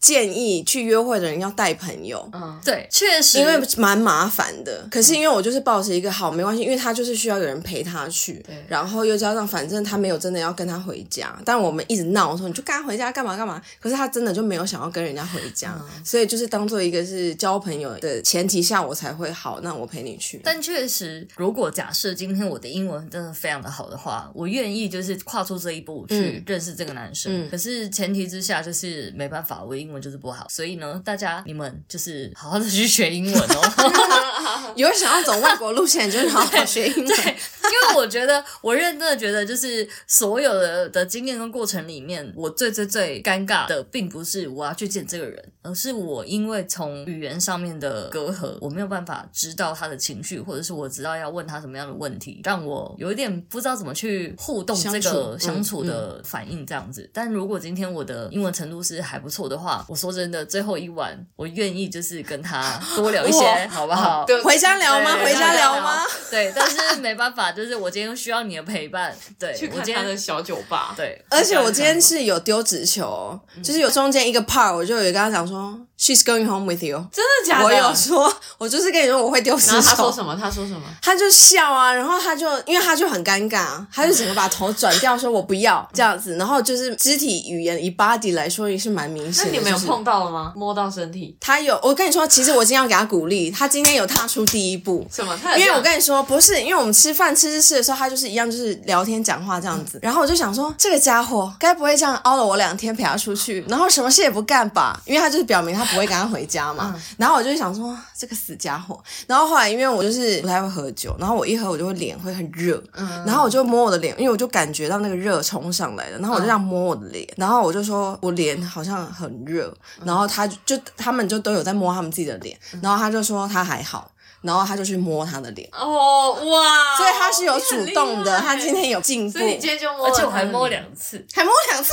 S2: 建议去约会的人要带朋友。
S5: 嗯
S1: 对，确实，
S2: 因为蛮麻烦的，可是因为我就是抱着一个好没关系，因为他就是需要有人陪他去，然后又加上反正他没有真的要跟他回家，但我们一直闹说你就跟他回家干嘛干嘛，可是他真的就没有想要跟人家回家，所以就是当做一个是交朋友的前提下，我才会好，那我陪你去。
S1: 但确实，如果假设今天我的英文真的非常的好的话，我愿意就是跨出这一步去
S2: 嗯
S1: 认识这个男生。
S2: 嗯
S1: 可是前提之下就是没办法，我英文就是不好，所以呢，大家你们就是好好的去学英文哦。
S2: 有想要走外国路线，就是好好学 英文。
S1: 因为我觉得，我认真的觉得，就是所有的的经验跟过程里面，我最最最尴尬的，并不是我要去见这个人，而是我因为从语言上面的隔阂，我没有办法知道他的情绪，或者是我知道要问他什么样的问题，让我有一点不知道怎么去互动这
S2: 相
S1: 个
S2: 处嗯
S1: 相处的反应这样子。但如果今天我的英文程度是还不错的话，我说真的，最后一晚我愿意就是跟他多聊一些，好不好？
S5: 对
S2: 回家聊吗？
S1: 对
S2: 回家聊吗？？
S1: 对，但是没办法，就是我今天需要你的陪伴。对，
S5: 去
S1: 我
S5: 看
S1: 今
S5: 他的
S1: 天
S5: 小酒吧，
S1: 对，
S2: 而且我今天是有丢纸球哦，
S5: 嗯
S2: 就是有中间一个 part，我就有跟他讲说，She's going home with you。
S5: 真的假的？
S2: 我有说，我就是跟你说我会丢石
S5: 然后他说
S2: 头，
S5: 什么？他说什么？
S2: 他就笑啊，然后他就因为他就很尴尬，他就整个把头转掉，说我不要这样子，然后就是肢体语言以 body 来说也是蛮明显
S5: 那
S2: 的。
S5: 你们有
S2: 就是
S5: 碰到了吗？摸到身体？
S2: 他有，我跟你说，其实我今天要给他鼓励，他今天有踏出第一步。
S5: 什么？他有
S2: 因为
S5: 这样
S2: 我跟你说，不是，因为我们吃饭吃吃吃的时候，他就是一样，就是聊天讲话这样子。然后我就想说，这个家伙该不会这样凹了我两天陪他出去，然后什么事也不干吧？因为他就是表明他不会跟他回家嘛。然后我就想说，这个死家伙。然后后来因为我就是不太会喝酒，然后我一喝我就会脸会很热，然后我就摸我的脸，因为我就感觉到那个热冲上来了，然后我就这样摸我的脸，然后我就说我脸好像很热，然后他就就他们就都有在摸他们自己的脸，然后他就说他还好。然后他就去摸她的脸，
S5: 哦哇！
S2: 所以他是有主动的，
S5: 你很
S2: 他
S5: 厉害
S2: 今天有进步
S5: 所以，你今天就摸，
S4: 而且我还摸，两次，
S2: 还摸两次，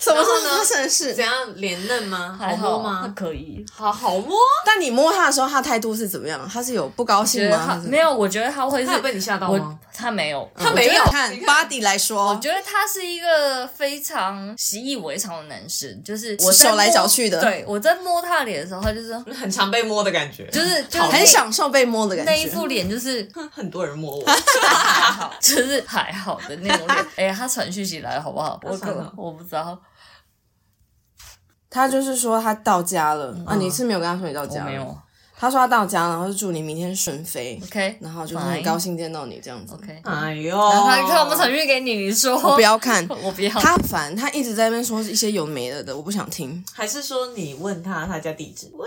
S2: 什么时
S5: 然后
S2: 候
S5: 呢
S2: 发生的 事
S5: 怎？样脸嫩吗？
S1: 还
S5: 摸
S1: 好那
S5: 吗？
S1: 可以。
S5: 好好摸，
S2: 但你摸他的时候，他态度是怎么样？他是有不高
S1: 觉
S2: 兴
S1: 得
S2: 吗？
S1: 他
S2: 还是
S1: 没有，我觉得他会是
S5: 他有被你吓到
S1: 我
S5: 吗？
S1: 他没有，
S5: 他没有
S2: 我觉得看 body 来说
S1: 我，觉得他是一个非常习以为常的男生，就是
S2: 是
S1: 我在
S2: 手来
S1: 摸
S2: 脚去的
S1: 对我在摸他的脸的时候，他就是
S5: 很常被摸的感觉，
S1: 就是 就是
S2: 很享受被摸的感觉。
S1: 那一副脸，就是
S5: 很多人 摸我。
S1: 还好，就是还好的那种脸。哎、他传讯息来了好不好？我
S5: 他传了
S1: 我不知道，
S2: 他就是说他到家了、啊，你是没有跟他说你到
S1: 嗯我
S2: 家了
S1: 没有。
S2: 他说他到家，然后就祝你明天顺飞
S1: OK，
S2: 然后就是很高。兴见到你这样子。
S1: OK，
S5: 哎呦，
S1: 然后他看我们传讯给你，你说
S2: 我不，要看，
S1: 哦我不要。
S2: 他很烦，他一直在那边说一些有没的的，我不想 听。
S5: 还是说你问他他家地址？喂，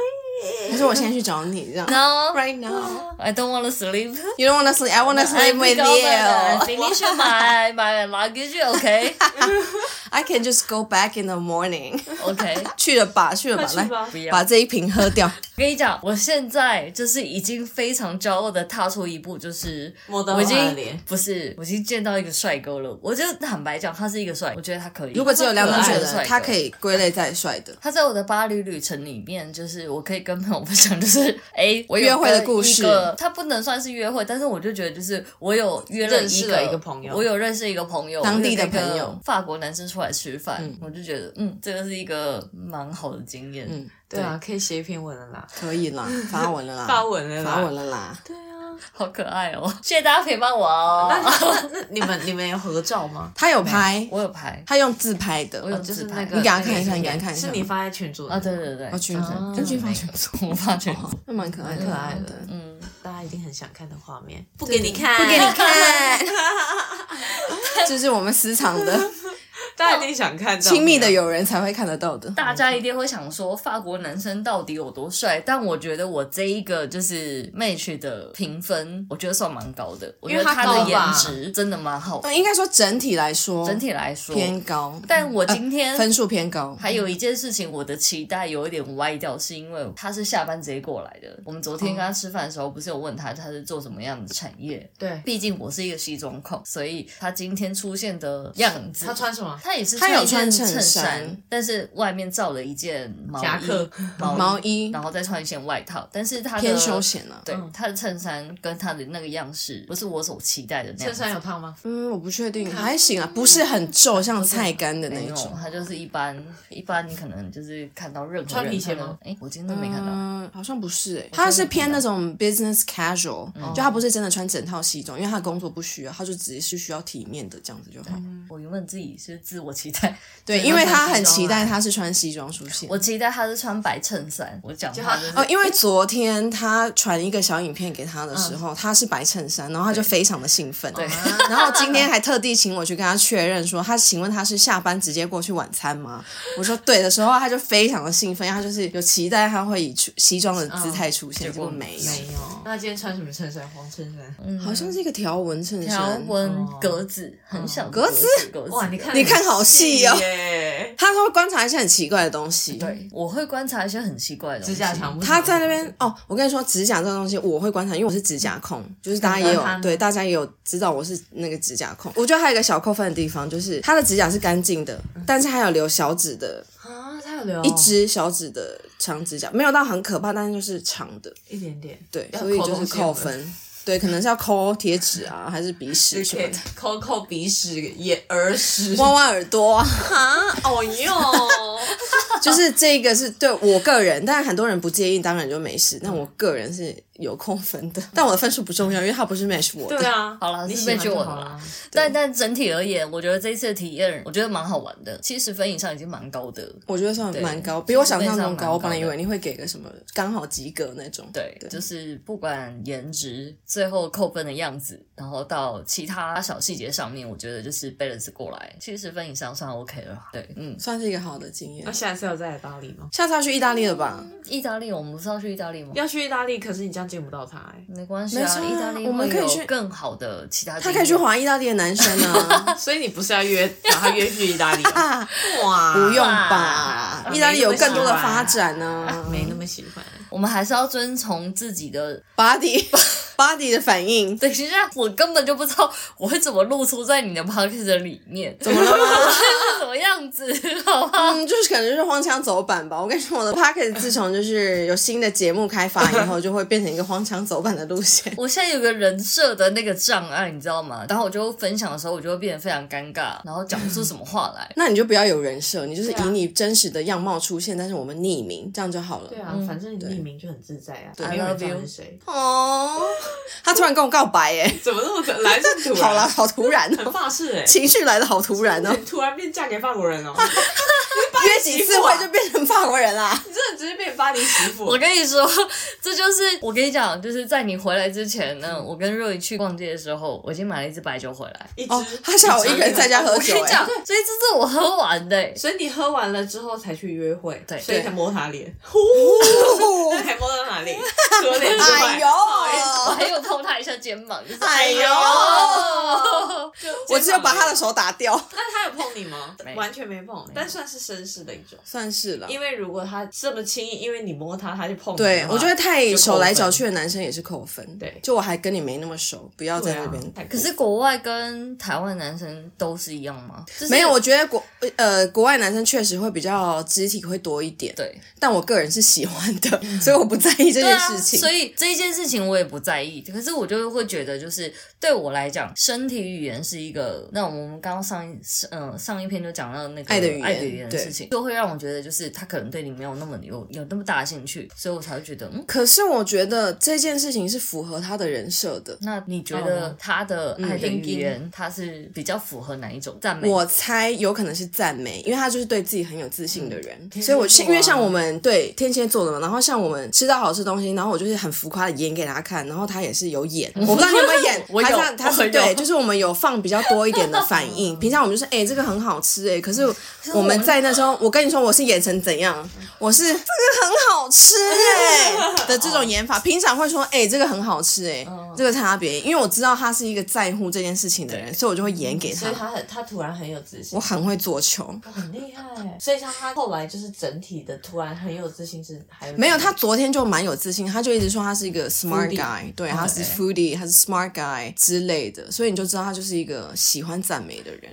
S2: 他说我现在去找你这样。
S1: No,
S2: Right now,
S1: I don't want to sleep.
S2: you don't wanna sleep. I wanna
S1: I
S2: sleep with
S1: pick up and I
S2: you.
S1: finish my my luggage. OK,
S2: I can just go back in the morning.
S1: OK.
S2: 去了吧，去了吧，
S5: 快去吧
S1: 不
S2: 来
S1: 要
S2: 把这一瓶喝掉。
S1: 跟你讲，我现在就是已经非常骄傲的踏出一步，就是
S5: 摸到
S1: 我已
S5: 他的
S1: 经
S5: 脸
S1: 不是，我已经见到一个帅哥了。我就坦白讲，他是一个帅，我觉得他可以。
S2: 如果只有两种
S1: 他
S2: 选
S1: 可
S2: 择，
S1: 爱
S2: 他可。以归类在帅的。
S1: 他在我的巴黎旅程里面，就是我可以跟朋友分享，就是哎，我有
S2: 约会的
S1: 跟
S2: 故事
S1: 一个他不能算是约会，但是我就觉得就是我有约了
S5: 认识
S1: 一
S5: 了
S1: 个
S5: 一个朋友
S1: 我有认识一个朋友，
S2: 当地的
S1: 我有跟一个
S2: 朋友
S1: 法国男生出来吃饭，我就觉得嗯，这个是一个蛮好的经验。
S2: 嗯
S5: 对啊，可以写一篇文了啦，
S2: 可以啦，发文了啦，
S5: 发文了啦
S2: 发文了啦。
S5: 对 啊，
S1: 好可爱哦！谢谢大家陪伴我哦。
S5: 那那那你们你们有合照 吗？
S2: 他有拍，
S1: 我有拍
S2: 他用自拍
S1: 我有
S2: 的。
S5: 就是
S1: 自
S5: 那
S1: 拍
S5: 个，
S2: 你给他看
S5: 那个
S2: 一下你
S5: 影
S2: 给他
S5: 片
S2: 看一下
S5: 是你发在群组
S1: 啊，对，对对，
S2: 哦，群
S5: 啊
S2: 生，真去发群
S1: 我发群组，
S2: 那蛮可爱的，
S5: 蛮可爱的
S2: 对
S1: 嗯，
S5: 大家一定很想看的画面，不给你看，
S2: 不给你， 看，这是我们私藏的，
S5: 大家一定想看
S2: 亲密的友人才会看得到的。
S1: 大家一定会想说法国男生到底有多帅？但我觉得我这一个就是 match 的评分，我觉得算蛮高的，我觉得
S5: 因为他
S1: 他
S5: 高
S1: 的
S5: 吧
S1: 颜值真的蛮好的，
S2: 嗯应该说整体来说，
S1: 整体来说。
S2: 偏高，
S1: 但
S5: 嗯
S1: 我今天
S2: 分数偏高。
S1: 还有一件事情，我的期待有一点歪掉，是因为他是下班直接过来的。我们昨天跟他吃饭的时候，不是有问他他是做什么样的产业？
S5: 对，
S1: 毕竟我是一个西装控，所以他今天出现的样子，
S5: 他穿什么？
S1: 他也是
S2: 他有
S1: 一件
S2: 穿衬
S1: 衬
S2: 衫，
S1: 但是外面罩了一件毛衣
S5: 夹克
S1: 毛衣
S2: 毛衣
S1: 然后再穿一件外套。但是他的
S2: 嗯偏休，闲啊，
S1: 对、他的衬衫跟他的那个样式，不是我所期待的那样
S5: 衬
S1: 子。
S5: 衫有烫吗？
S2: 嗯，我不确定，还行啊，不是很皱，像菜干的那
S1: 没
S2: 一
S1: 有
S2: 种，。
S1: 他就是一般一般，你可能就是看到任何人
S5: 穿皮鞋吗？
S1: 哎，我今天都没看到。
S2: 嗯，好像不是诶，他是偏那种 business casual，就
S1: 嗯
S2: 他不是真的穿整套西装，因为他的工作不需要，他就只是需要体面的这样子就好。
S1: 我原本自己是自我期待，
S2: 对，因为他很期待他是穿西装出现。
S1: 我期待他是穿白衬衫。我讲话就是
S2: 哦，因为昨天他传一个小影片给他的时候，他是白衬衫，然后他就非常的兴奋。嗯对， 然后今天还特地请我去跟他确认说，他请问他是下班直接过去晚餐吗？我说对的时候，他就非常的兴奋，他就是有期待他会以出西装的姿态出嗯现，结果没有，
S5: 没有。那今天穿什么衬衫？黄衬衫。嗯，
S2: 好像是一个条纹衬
S1: 条
S2: 衫。
S1: 纹格子，很小的
S2: 格
S1: 子
S2: 子，
S1: 格子。
S5: 哦哇，你看
S2: 你看好细哦
S5: 耶
S2: 他会观察一些很奇怪的东西。对。
S1: 对，我会观察一些很奇怪的东西
S5: 指甲长不长？
S2: 他在那边哦，我跟你说，指甲这个东西我会观察，因为我是指甲控，就是大家也有
S5: 很喜欢
S2: 对，大家也有知道我是那个指甲控。我觉得还有一个小扣分的地方，就是他的指甲是干净的，
S5: 嗯
S2: 但是还有留小指的
S5: 啊，他有留
S2: 一只小指的长指甲，没有到很可怕，但是就是长的，
S5: 一点点，
S2: 对，
S5: 要
S2: 所以
S5: 抠
S2: 就
S5: 东
S2: 是
S5: 西
S2: 扣
S5: 了
S2: 分。对，可能是要抠贴纸啊，还是鼻屎什么
S5: 可以
S2: 的，
S5: 抠抠鼻屎、眼耳屎。
S2: 挖挖耳朵啊，
S5: 哦哟，
S2: 就是这个是对我个人，但很多人不介意，当然就没事。但我个人是有扣分的，但我的分数不重要，因为它不是 match 我的。
S5: 对啊，
S1: 好啦
S5: 你
S1: 是
S5: 喜欢
S1: 被救
S5: 就
S1: 我
S5: 好
S1: 的啦
S5: 啦。
S1: 但但整体而言，我觉得这一次的体验，我觉得蛮好玩的，七十分以上已经蛮高的。
S2: 我觉得算
S1: 对
S2: 蛮高，比我想象中
S1: 基本上蛮
S2: 高。
S1: 高
S2: 我本来以
S1: 的
S2: 为你会给个什么刚好及格那种。
S1: 对，就是不管颜值，最后扣分的样子，然后到其他小细节上面，我觉得就是 balance 过来，七十分以上算 OK 了。对，嗯，
S2: 算是一个好的经
S5: 那
S1: 啊
S2: 验。
S5: 下次要再来巴黎吗？
S2: 下次要去意大利了吧？
S1: 意大利我们不是要去意大利吗？
S5: 要去意大利，可是你这样见不到他哎。
S1: 没关系
S2: 没错
S1: 啊，
S2: 啊
S1: 意大利
S2: 我们
S1: 会
S2: 可以
S1: 有
S2: 去
S1: 更好的其他。
S2: 他可以去。滑意大利的男生啊，
S5: 所以你不是要约把他约去意大 利哦？哇，
S2: 不用
S1: 哇
S2: 吧？意大利有更多的发展呢。
S5: 没那么喜欢。
S1: 我我们还是要遵从自己的。
S2: body body 的反应，
S1: 等一下，我根本就不知道我会怎么露出在你的 p o c k e t 里 面，怎么
S2: 了
S1: 是什么样子， 好吧？
S2: 嗯，就是可能就是荒腔走板吧。我跟你说，我的 pocket 自从就是有新的节目开发以后，就会变成一个荒腔走板的路线。。
S1: 我现在有个人设的那个障碍，你知道吗？然后我就分享的时候，我就会变得非常尴尬，然后讲不出什么话来
S2: 那你就不要有人设，你就是以
S3: 对啊
S2: 你真实的样貌出现，但是我们匿名，这样就好了。
S5: 对啊，反正你匿名就很自在啊，
S1: I
S5: 没有人知
S1: love
S5: 道
S1: you
S5: 你是谁。
S2: 哦，他突然跟我告白耶，
S5: 怎么那么来这突
S2: 好啦，，好突然
S5: 很
S2: 哦，
S5: 法式哎、
S2: 情绪来的好突然哦，
S5: 突然变嫁给法国人哦，
S2: 约几次会就变成法国人啊啦。
S5: 你真的直接变巴黎媳妇
S1: 我跟你说，这就是我跟你讲，就是在你回来之前呢，我跟若雨去逛街的时候，我已经买了一支白酒回来。
S5: 一
S2: 哦，他下午一个人在家喝
S1: 我跟
S2: 酒
S1: 你
S2: 耶，
S1: 讲，所以这是我喝完的、欸
S5: 所以你喝完了之后才去约会，
S1: 对
S5: 所以才摸他脸，哦呼，那还摸到哪里？除了脸之外
S2: 哦哎呦，
S1: 我还有碰他一下肩膀，就是
S2: 哎呦，我只有把他的手打掉，
S5: 那他有碰你吗
S1: 没？
S5: 完全没碰，但算是绅士的一种。
S2: 算是了。
S5: 因为如果他这么轻易，因为你摸他，他就碰你的话。
S2: 对，我觉得太
S5: 就扣分
S2: 手来脚去的男生也是扣分。
S5: 对
S2: 就我还跟你没那么熟，不要
S5: 对
S2: 在
S5: 啊
S2: 那边。
S5: 太过分
S1: 可是国外跟台湾男生都是一样吗？就是
S2: 没有，我觉得国呃国外男生确实会比较肢体会多一点，
S1: 对
S2: 但我个人是喜欢的，所以我不在意这
S1: 对
S2: 件
S1: 啊，
S2: 事情。
S1: 所以这一件事情我也不在意，可是我就会觉得，就是对我来讲，身体语言是一个。那我们刚刚上一嗯、上一篇就讲到那个
S2: 爱的语言
S1: 爱的语言的
S2: 对
S1: 事情，就会让我觉得，就是他可能对你没有那么有有那么大的兴趣，所以我才会觉得，嗯，
S2: 可是我觉得这件事情是符合他的人设的。
S1: 那你觉得他的爱的
S5: 嗯
S1: 语言，他是比较符合哪一种赞美？
S2: 我猜有可能是赞美，因为他就是对自己很有自信的
S1: 嗯
S2: 人，
S5: 天蝎
S2: 所以我
S5: 座啊
S2: 因为像我们对天蝎座的嘛，然后像我们吃到好吃的东西，然后我就是很浮夸的演给他看，然后他也是有 演，我不知道你有没有演，
S1: 我有
S2: 他这样他
S1: 我
S2: 是
S1: 有
S2: 对，就是我们有放比较多一点的反 应，平常我们就是哎、这个很好吃哎、可是
S1: 嗯
S2: 我们在那时候，我跟你说我是演成怎样，我是这个很好吃哎、 的这种演法，平常会说哎、这个很好吃哎、
S1: 嗯
S2: 这个差别，因为我知道他是一个在乎这件事情的人，所以我就会演
S1: 嗯
S2: 给
S5: 所以他很，他突然很有自信
S2: 我，很会做球，
S5: 很厉害。欸所以像他后来就是整体的突然很有自信是还
S2: 没有他昨天就蛮有自信，他就一直说他是一个 smart
S5: Foodie
S2: guy，对，他是 foodie，他是 smart guy 之类的，所以你就知道他就是一个喜欢赞美的人，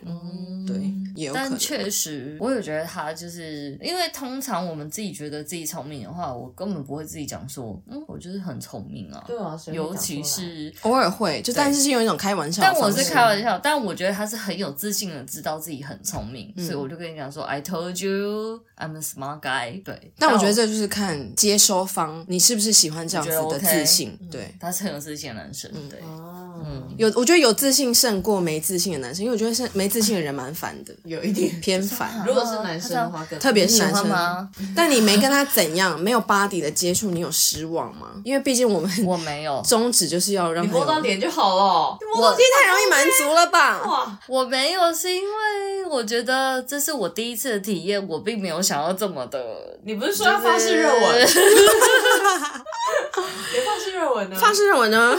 S2: 对，也有可
S1: 嗯但
S2: 能。
S1: 确实，我有觉得他就是因为通常我们自己觉得自己聪明的话，我根本不会自己讲说，嗯，我就是很聪明啊。
S5: 对啊，谁会
S1: 尤
S5: 讲出
S1: 其
S5: 来
S1: 是，
S2: 偶尔会，就但是是用一种开玩笑的
S1: 但
S2: 方式。
S1: 我是开玩笑，但我觉得他是很有自信的，知道自己很聪明，所
S2: 嗯
S1: 以我就跟你讲说，I told you I'm a smart guy。对，
S2: 但我觉得这就是看接收方你是不是喜欢这样子
S1: 我觉得
S2: 的
S1: OK 嗯
S2: 自信。对，
S1: 他是很有自信的男生，
S2: 嗯
S1: 对。
S2: 哦
S5: 啊，
S2: 有我觉得有自信胜过没自信的男生，因为我觉得是没自信的人蛮烦 的，
S5: 有一点。
S2: 偏烦。
S5: 如果是男生的话，更
S2: 特别是
S1: 喜
S2: 男
S1: 欢
S2: 生，
S1: 吗？
S2: 但你没跟他怎样，没有 body 的接触，你有失望吗？因为毕竟我们
S1: 我没有，
S2: 宗旨就是要让
S5: 你
S2: 他
S5: 摸到
S2: 有，
S5: 脸就好了。你摸到
S1: 我
S5: 脸
S2: 太容易满足了吧？
S5: 哇，
S1: 我没有，是因为我觉得这是我第一次的体验，我并没有想要这么的
S5: 你不是说要发式 热吻？别发式热吻啊呢？
S2: 发式认为呢？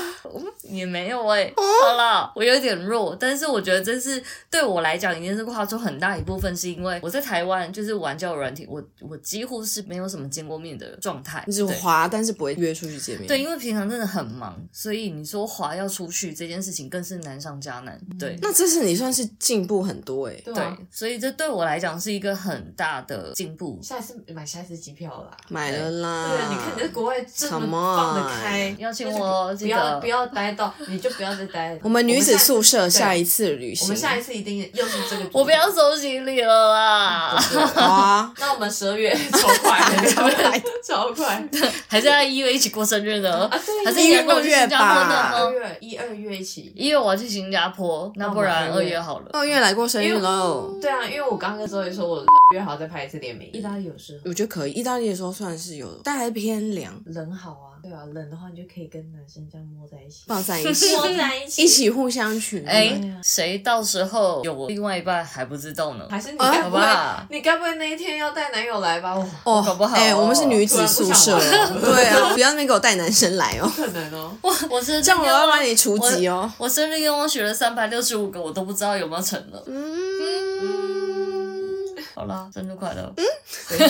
S1: 也没有哎、
S2: 哦
S1: 好了，我有点弱，但是我觉得这是对我来讲已经是跨出很大一部分，是因为我在台湾就是玩交友软体，我我几乎是没有什么见过面的状态，
S2: 你只
S1: 对
S2: 滑，但是不会约出去见面。
S1: 对，，因为平常真的很忙，所以你说滑要出去这件事情更是难上加难。对，
S2: 嗯那这次你算是进步很多哎、
S5: 对啊
S1: 对，所以这对我来讲是一个很大的进步。
S5: 下一次买下一次机票啦。
S2: 买了啦。
S5: 对，啊你看你在国外这么
S2: Come
S5: 放得
S2: on
S5: 开，
S1: 邀请
S5: 就是
S1: 我
S5: 不
S1: 记
S5: 不要
S1: 得
S5: 不要待到，你就不要再待了。
S2: 我们女子宿舍下
S5: 下
S2: 一次旅
S5: 我
S2: 行，
S5: 们下一次一定又是这个主题。
S1: 我不要收行李了啦，
S2: 好啊，
S5: 那我们十二月 超 快，超 快，超快。
S1: 还是要一月一起过生日呢？
S5: 啊
S1: 还是
S2: 啊一
S1: 你
S2: 月
S1: 要跟我去
S2: 六月
S1: 新加坡
S2: 吧哦
S1: 呢
S5: 二？月一、二月一起。
S1: 一月我要去新加坡，那不然
S5: 那我
S1: 二
S5: 们二月
S1: 月好了。
S2: 二月来过生日喽。
S5: 对啊，因为我刚刚跟周宇说，我约好再拍一次联名。意大利有适合
S2: 我觉得可以，意大利的时候算是有，但还偏凉，
S5: 冷好啊，对啊，冷的话你就可以跟男生这样摸在一起，
S2: 抱在一起，
S5: 在一起
S2: 一起互相取暖。
S1: 哎、谁到时候有另外一半还不知道呢？
S5: 还是你该
S1: 好
S5: 不会，
S1: 吧
S5: 你该不会那一天要带男友来吧？哇，
S2: 哦
S1: 搞不好
S2: 哎、我们是女子宿舍哦，
S5: 突然不想玩
S2: 对啊，不要那边给我带男生来哦，
S5: 可能哦。
S1: 我我是
S2: 这样我要把你除籍哦。
S1: 我生日愿望许了三百六十五个，我都不知道有没有成了。嗯，好啦，生日快乐！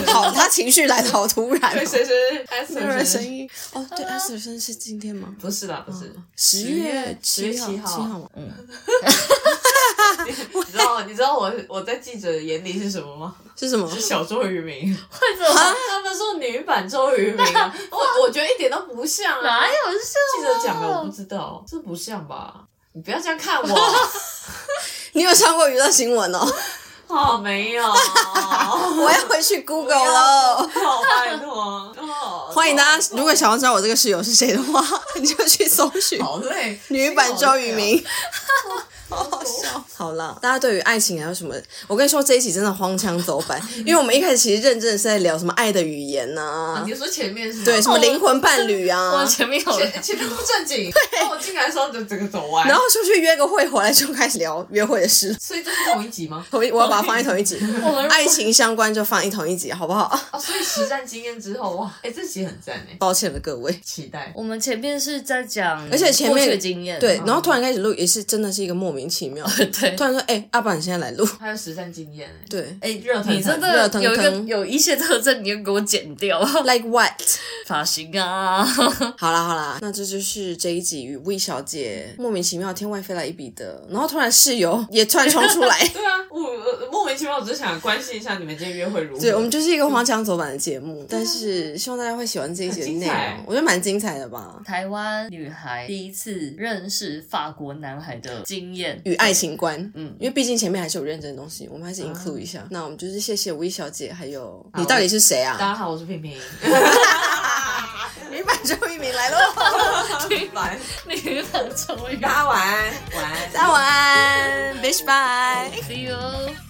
S2: 好，他情绪来的好突然哦、
S5: 对，谁谁安
S2: 没
S5: 瑟
S2: 有
S5: 人
S2: 人
S5: 生
S2: 声音哦，对，艾斯的生日是今天吗？
S5: 不是啦，不是。
S2: 十
S5: 月
S2: 月
S5: 10月
S2: 七
S5: 7号
S2: 号吗？嗯，
S5: 你知道你知道我我在记者眼里是什么吗？
S2: 是什么？
S5: 是小周渝民，
S1: 为什么？
S5: 他们说女版周渝民啊，我我觉得一点都不像啊。
S1: 哪有是？
S5: 记者讲的我不知道，这不像吧？你不要这样看 我，
S2: 你有上过娱乐新闻 哦？
S5: 好没有，好
S2: 我要回去 Google 了。
S5: 拜托，哦
S2: 欢迎大家，如果想要知道我这个室友是谁的话， 你就去搜寻
S5: 好累，
S2: 女版周渝民。
S5: 好笑。
S2: 好啦，大家对于爱情还有什么？我跟你说，这一期真的荒腔走 板，因为我们一开始其实认真的是在聊什么爱的语言呐、
S5: 哦你说前面是吗哦
S2: 对，什么灵魂伴侣
S1: 我
S2: 啊，
S1: 前面有人
S5: 前前面不正经，然后我进来的时候就整个走歪，
S2: 然后出去约个会回来就开始聊约会的事。
S5: 所以这是同一集吗？
S2: 同一，我要把它放在同一 集，爱情相关就放一同一集，好不好？
S5: 哦，所以实战经验之后，哇，哎，这集很赞哎，
S2: 抱歉了各位。
S5: 期待。
S1: 我们前面是在讲，
S2: 而且前面
S1: 过去的经验，
S2: 对，然后突然开始录，也是真的是一个莫名其妙。
S1: 对
S2: 突。然说，哎、阿爸，你现在来录？
S5: 还有实战经验哎，
S2: 对
S1: 哎，
S5: 热腾腾
S1: 你真
S2: 热
S1: 的
S2: 腾腾
S1: 有一个有一些特征，你就给我剪掉，
S2: ，like what？
S1: 发型啊，
S2: 好啦好啦，那这就是这一集与 V 小姐莫名其妙天外飞来一笔的，然后突然室 友也突然冲出来。
S5: 对啊，我我莫名其妙，我只是想关心一下你们今天约会如何。
S2: 对，我们就是一个荒腔走板的节目，但是希望大家会喜欢这一集的
S5: 很精
S2: 内容
S5: 彩，
S2: 我觉得蛮精彩的吧，
S1: 台湾女孩第一次认识法国男孩的经验，
S2: 与爱情观。
S1: 嗯
S2: 因为毕竟前面还是有认真的东西，我们还是
S5: 啊
S2: include 一下。那我们就是谢谢 V 小姐，还有你到底是谁
S5: 大
S2: 啊？
S5: 家好，我是 平平。
S2: 女版周渝民来喽，
S5: 来，
S1: 女版终于
S5: 大家晚安，晚安。
S2: 大家晚安，bitch bye。
S1: See you。